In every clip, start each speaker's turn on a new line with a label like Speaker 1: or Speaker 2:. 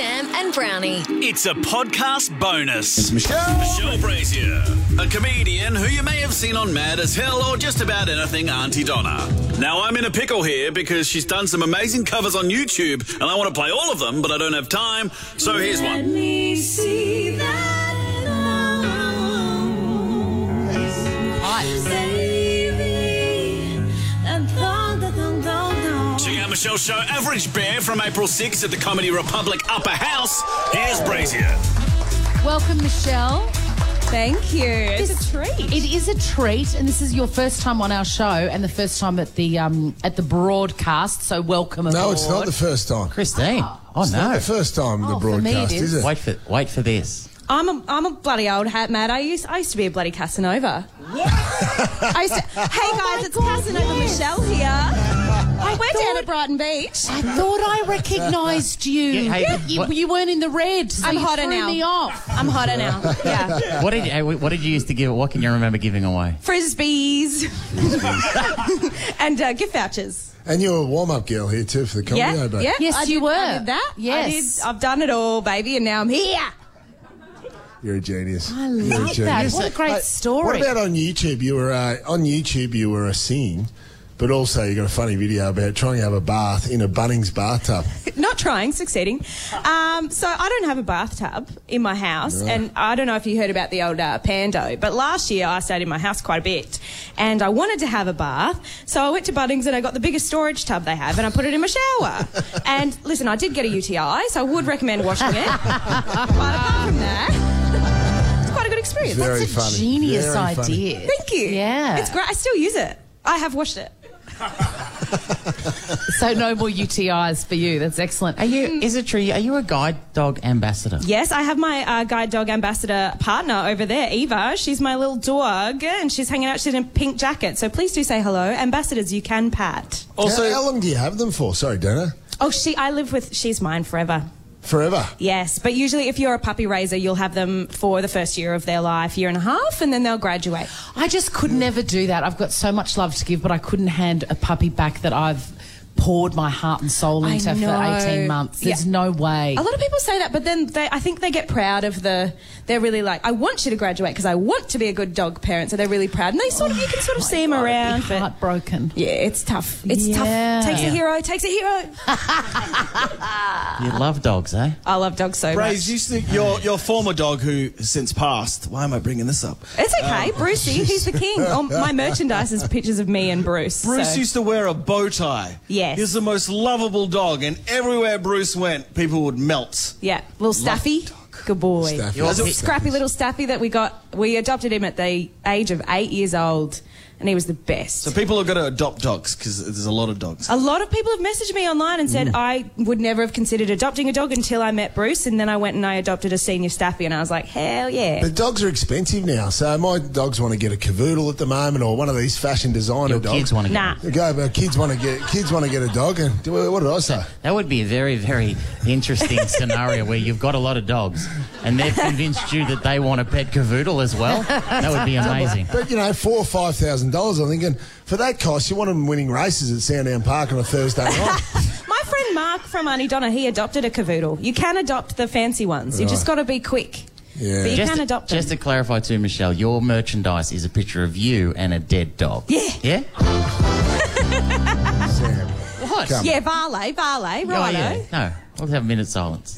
Speaker 1: and Brownie.
Speaker 2: It's a podcast bonus.
Speaker 3: Michelle.
Speaker 2: Michelle Brazier, a comedian who you may have seen on Mad as Hell or just about anything Auntie Donna. Now, I'm in a pickle here because she's done some amazing covers on YouTube and I want to play all of them, but I don't have time, so here's one. Check out Michelle's show Average Bear from April 6th at the Comedy Republic Upper House. Here's Brazier.
Speaker 4: Welcome, Michelle.
Speaker 5: Thank you. It's a treat.
Speaker 4: It is a treat, and this is your first time on our show, and the first time at the um, at the broadcast. So welcome aboard.
Speaker 3: No, it's not the first time.
Speaker 6: Christine. Oh,
Speaker 3: It's not
Speaker 6: no.
Speaker 3: the first time
Speaker 4: Ah. Oh,
Speaker 3: the
Speaker 4: for me it
Speaker 3: broadcast,
Speaker 4: is.
Speaker 3: is. it?
Speaker 6: Wait for wait for this.
Speaker 5: I'm a, I'm a bloody old hat, Matt. I used I used to be a bloody Casanova. I used to, hey guys, it's Casanova Michelle here. We're down at Brighton Beach.
Speaker 4: I thought I recognised you.
Speaker 6: Yeah, hey,
Speaker 4: you,
Speaker 6: what-
Speaker 4: you weren't in the red. So
Speaker 5: I'm
Speaker 4: you
Speaker 5: hotter
Speaker 4: threw
Speaker 5: now.
Speaker 4: Me off.
Speaker 5: I'm hotter now. Yeah.
Speaker 6: What did hey, what did you used to give? What can you remember giving away?
Speaker 5: Frisbees and uh, gift vouchers.
Speaker 3: And you're a warm up girl here, too, for the comedy.
Speaker 5: Yeah.
Speaker 3: Oboe.
Speaker 5: yeah.
Speaker 4: Yes,
Speaker 5: I
Speaker 4: you
Speaker 5: did- I
Speaker 4: were.
Speaker 5: did that.
Speaker 4: Yes.
Speaker 5: I did, I've done it all, baby, and now I'm here.
Speaker 3: You're a genius.
Speaker 4: I
Speaker 3: You're a
Speaker 4: love that.
Speaker 3: genius.
Speaker 4: What a great
Speaker 3: Mate,
Speaker 4: story.
Speaker 3: What about on YouTube? You were uh, on YouTube. You were a scene, but also you got a funny video about trying to have a bath in a Bunnings bathtub.
Speaker 5: Not trying, succeeding. Um, so I don't have a bathtub in my house, and I don't know if you heard about the old uh, Pando, but last year I stayed in my house quite a bit, and I wanted to have a bath, so I went to Bunnings and I got the biggest storage tub they have, and I put it in my shower. and listen, I did get a UTI, so I would recommend washing it. but apart from that, it's quite a good experience.
Speaker 3: Very
Speaker 4: That's a
Speaker 3: funny.
Speaker 4: genius
Speaker 3: Very funny.
Speaker 4: idea.
Speaker 5: Thank you.
Speaker 4: Yeah.
Speaker 5: it's great. I still use it. I have washed it.
Speaker 4: So no more UTIs for you. That's excellent.
Speaker 6: Are you? Is it true? Are you a guide dog ambassador?
Speaker 5: Yes, I have my uh, guide dog ambassador partner over there, Eva. She's my little dog, and she's hanging out. She's in a pink jacket. So please do say hello, ambassadors. You can pat.
Speaker 3: Also, how, how long do you have them for? Sorry, Dana.
Speaker 5: Oh, she. I live with. She's mine forever.
Speaker 3: Forever.
Speaker 5: Yes, but usually if you're a puppy raiser, you'll have them for the first year of their life, year and a half, and then they'll graduate.
Speaker 4: I just could never do that. I've got so much love to give, but I couldn't hand a puppy back that I've poured my heart and soul
Speaker 5: I
Speaker 4: into for
Speaker 5: know.
Speaker 4: 18 months. There's
Speaker 5: Yeah.
Speaker 4: no way.
Speaker 5: A lot of people say that, but then they, I think they get proud of the. They're really like, I want you to graduate because I want to be a good dog parent. So they're really proud, and they sort of you can
Speaker 4: Oh
Speaker 5: sort of see them
Speaker 4: I'd be
Speaker 5: around. but-
Speaker 4: heartbroken.
Speaker 5: Yeah, it's tough. It's
Speaker 4: Yeah.
Speaker 5: tough. Takes
Speaker 6: Yeah.
Speaker 5: a hero. Takes a hero.
Speaker 6: You love dogs, eh?
Speaker 5: I love dogs so
Speaker 7: Braze,
Speaker 5: much.
Speaker 7: you think your your former dog who has since passed. Why am I bringing this up?
Speaker 5: It's okay,
Speaker 3: Oh.
Speaker 5: Brucey. He's the king. Oh, my merchandise is pictures of me and Bruce.
Speaker 7: Bruce
Speaker 5: so-
Speaker 7: used to wear a bow tie.
Speaker 5: Yes.
Speaker 7: He was the most lovable dog, and everywhere Bruce went, people would melt.
Speaker 5: yeah, little Staffy. Good boy.
Speaker 3: Staffy.
Speaker 5: Little
Speaker 3: Staffy.
Speaker 5: Scrappy little Staffy that we got. We adopted him at the age of eight years old, and he was the best.
Speaker 7: So people are going to adopt dogs because there's a lot of dogs.
Speaker 5: a lot of people have messaged me online and
Speaker 3: Mm.
Speaker 5: said I would never have considered adopting a dog until I met Bruce, and then I went and I adopted a senior Staffy, and I was like, hell yeah.
Speaker 3: But dogs are expensive now, so my dogs want to get a cavoodle at the moment, or one of these fashion designer
Speaker 6: Your
Speaker 3: dogs.
Speaker 6: kids want to
Speaker 5: Nah.
Speaker 6: go.
Speaker 3: They Go, but kids want to get kids want to get a dog, and what did I say?
Speaker 6: That would be a very, very interesting scenario where you've got a lot of dogs and they've convinced you that they want a pet cavoodle as well. That would be amazing.
Speaker 3: But you know, four or five thousand dollars. I'm thinking for that cost, you want them winning races at Sandown Park on a Thursday night.
Speaker 5: My friend Mark from Auntie Donna, he adopted a cavoodle. You can adopt the fancy ones. You just got to be quick.
Speaker 3: Yeah.
Speaker 5: But you
Speaker 6: Just
Speaker 5: can
Speaker 6: to,
Speaker 5: adopt
Speaker 6: just to
Speaker 5: them.
Speaker 6: clarify too, Michelle, your merchandise is a picture of you and a dead dog.
Speaker 5: Yeah. Oh,
Speaker 6: Yeah?
Speaker 3: Sam.
Speaker 6: What?
Speaker 3: Come.
Speaker 5: yeah, Varley, Varley,
Speaker 6: Oh,
Speaker 5: righto.
Speaker 6: yeah. No, let's have a minute silence.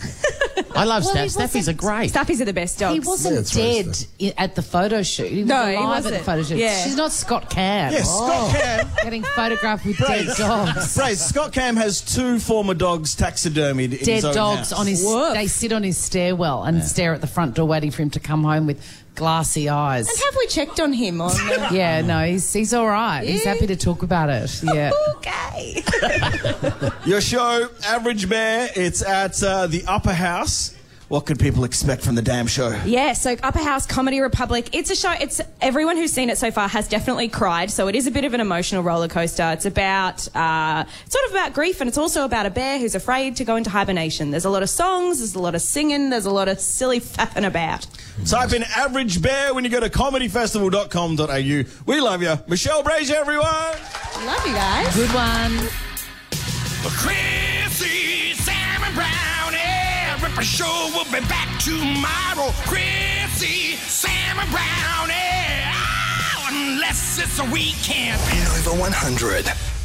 Speaker 6: I love
Speaker 4: Well, he
Speaker 6: Staff. Staff
Speaker 4: wasn't-
Speaker 6: is a great.
Speaker 5: Stuffies are the best
Speaker 7: Oh,
Speaker 5: dogs.
Speaker 4: He
Speaker 3: Yeah,
Speaker 4: wasn't
Speaker 3: it's very
Speaker 4: dead i- at the photo shoot. He was
Speaker 5: No, he
Speaker 4: alive at the
Speaker 5: wasn't.
Speaker 4: photo shoot.
Speaker 5: Yeah.
Speaker 4: She's not Scott Cam. Oh.
Speaker 7: Yes, Scott Cam.
Speaker 4: Getting photographed with dead
Speaker 7: Brace.
Speaker 4: dogs.
Speaker 7: Braze, Scott Cam has two former dogs taxidermied in
Speaker 4: Dead
Speaker 7: his own
Speaker 4: dogs
Speaker 7: house.
Speaker 4: on his.
Speaker 5: Woof.
Speaker 4: They sit on his stairwell and stare at the front door, waiting for him to come home with glassy eyes.
Speaker 5: and have we checked on him? On the-
Speaker 4: Yeah, no, he's he's all right. He's
Speaker 5: Yeah.
Speaker 4: happy to talk about it. Yeah.
Speaker 5: okay.
Speaker 7: Your show, Average Bear, it's at uh, the Upper House. What could people expect from the damn show?
Speaker 5: Yeah, so Upper House Comedy Republic. It's a show. It's everyone who's seen it so far has definitely cried. So it is a bit of an emotional roller coaster. It's about uh, it's sort of about grief, and it's also about a bear who's afraid to go into hibernation. There's a lot of songs. There's a lot of singing. There's a lot of silly faffing about.
Speaker 7: Type in Average Bear when you go to comedyfestival.com.au. We love you. Michelle Brazier, everyone.
Speaker 5: Love you guys.
Speaker 4: Good one.
Speaker 8: Chrissy, Sam and Brownie,
Speaker 1: Papa Show will be back tomorrow. Chrissy, Sam, and eh? Ah, Brownie. Oh, unless it's a weekend.
Speaker 8: Nova 100.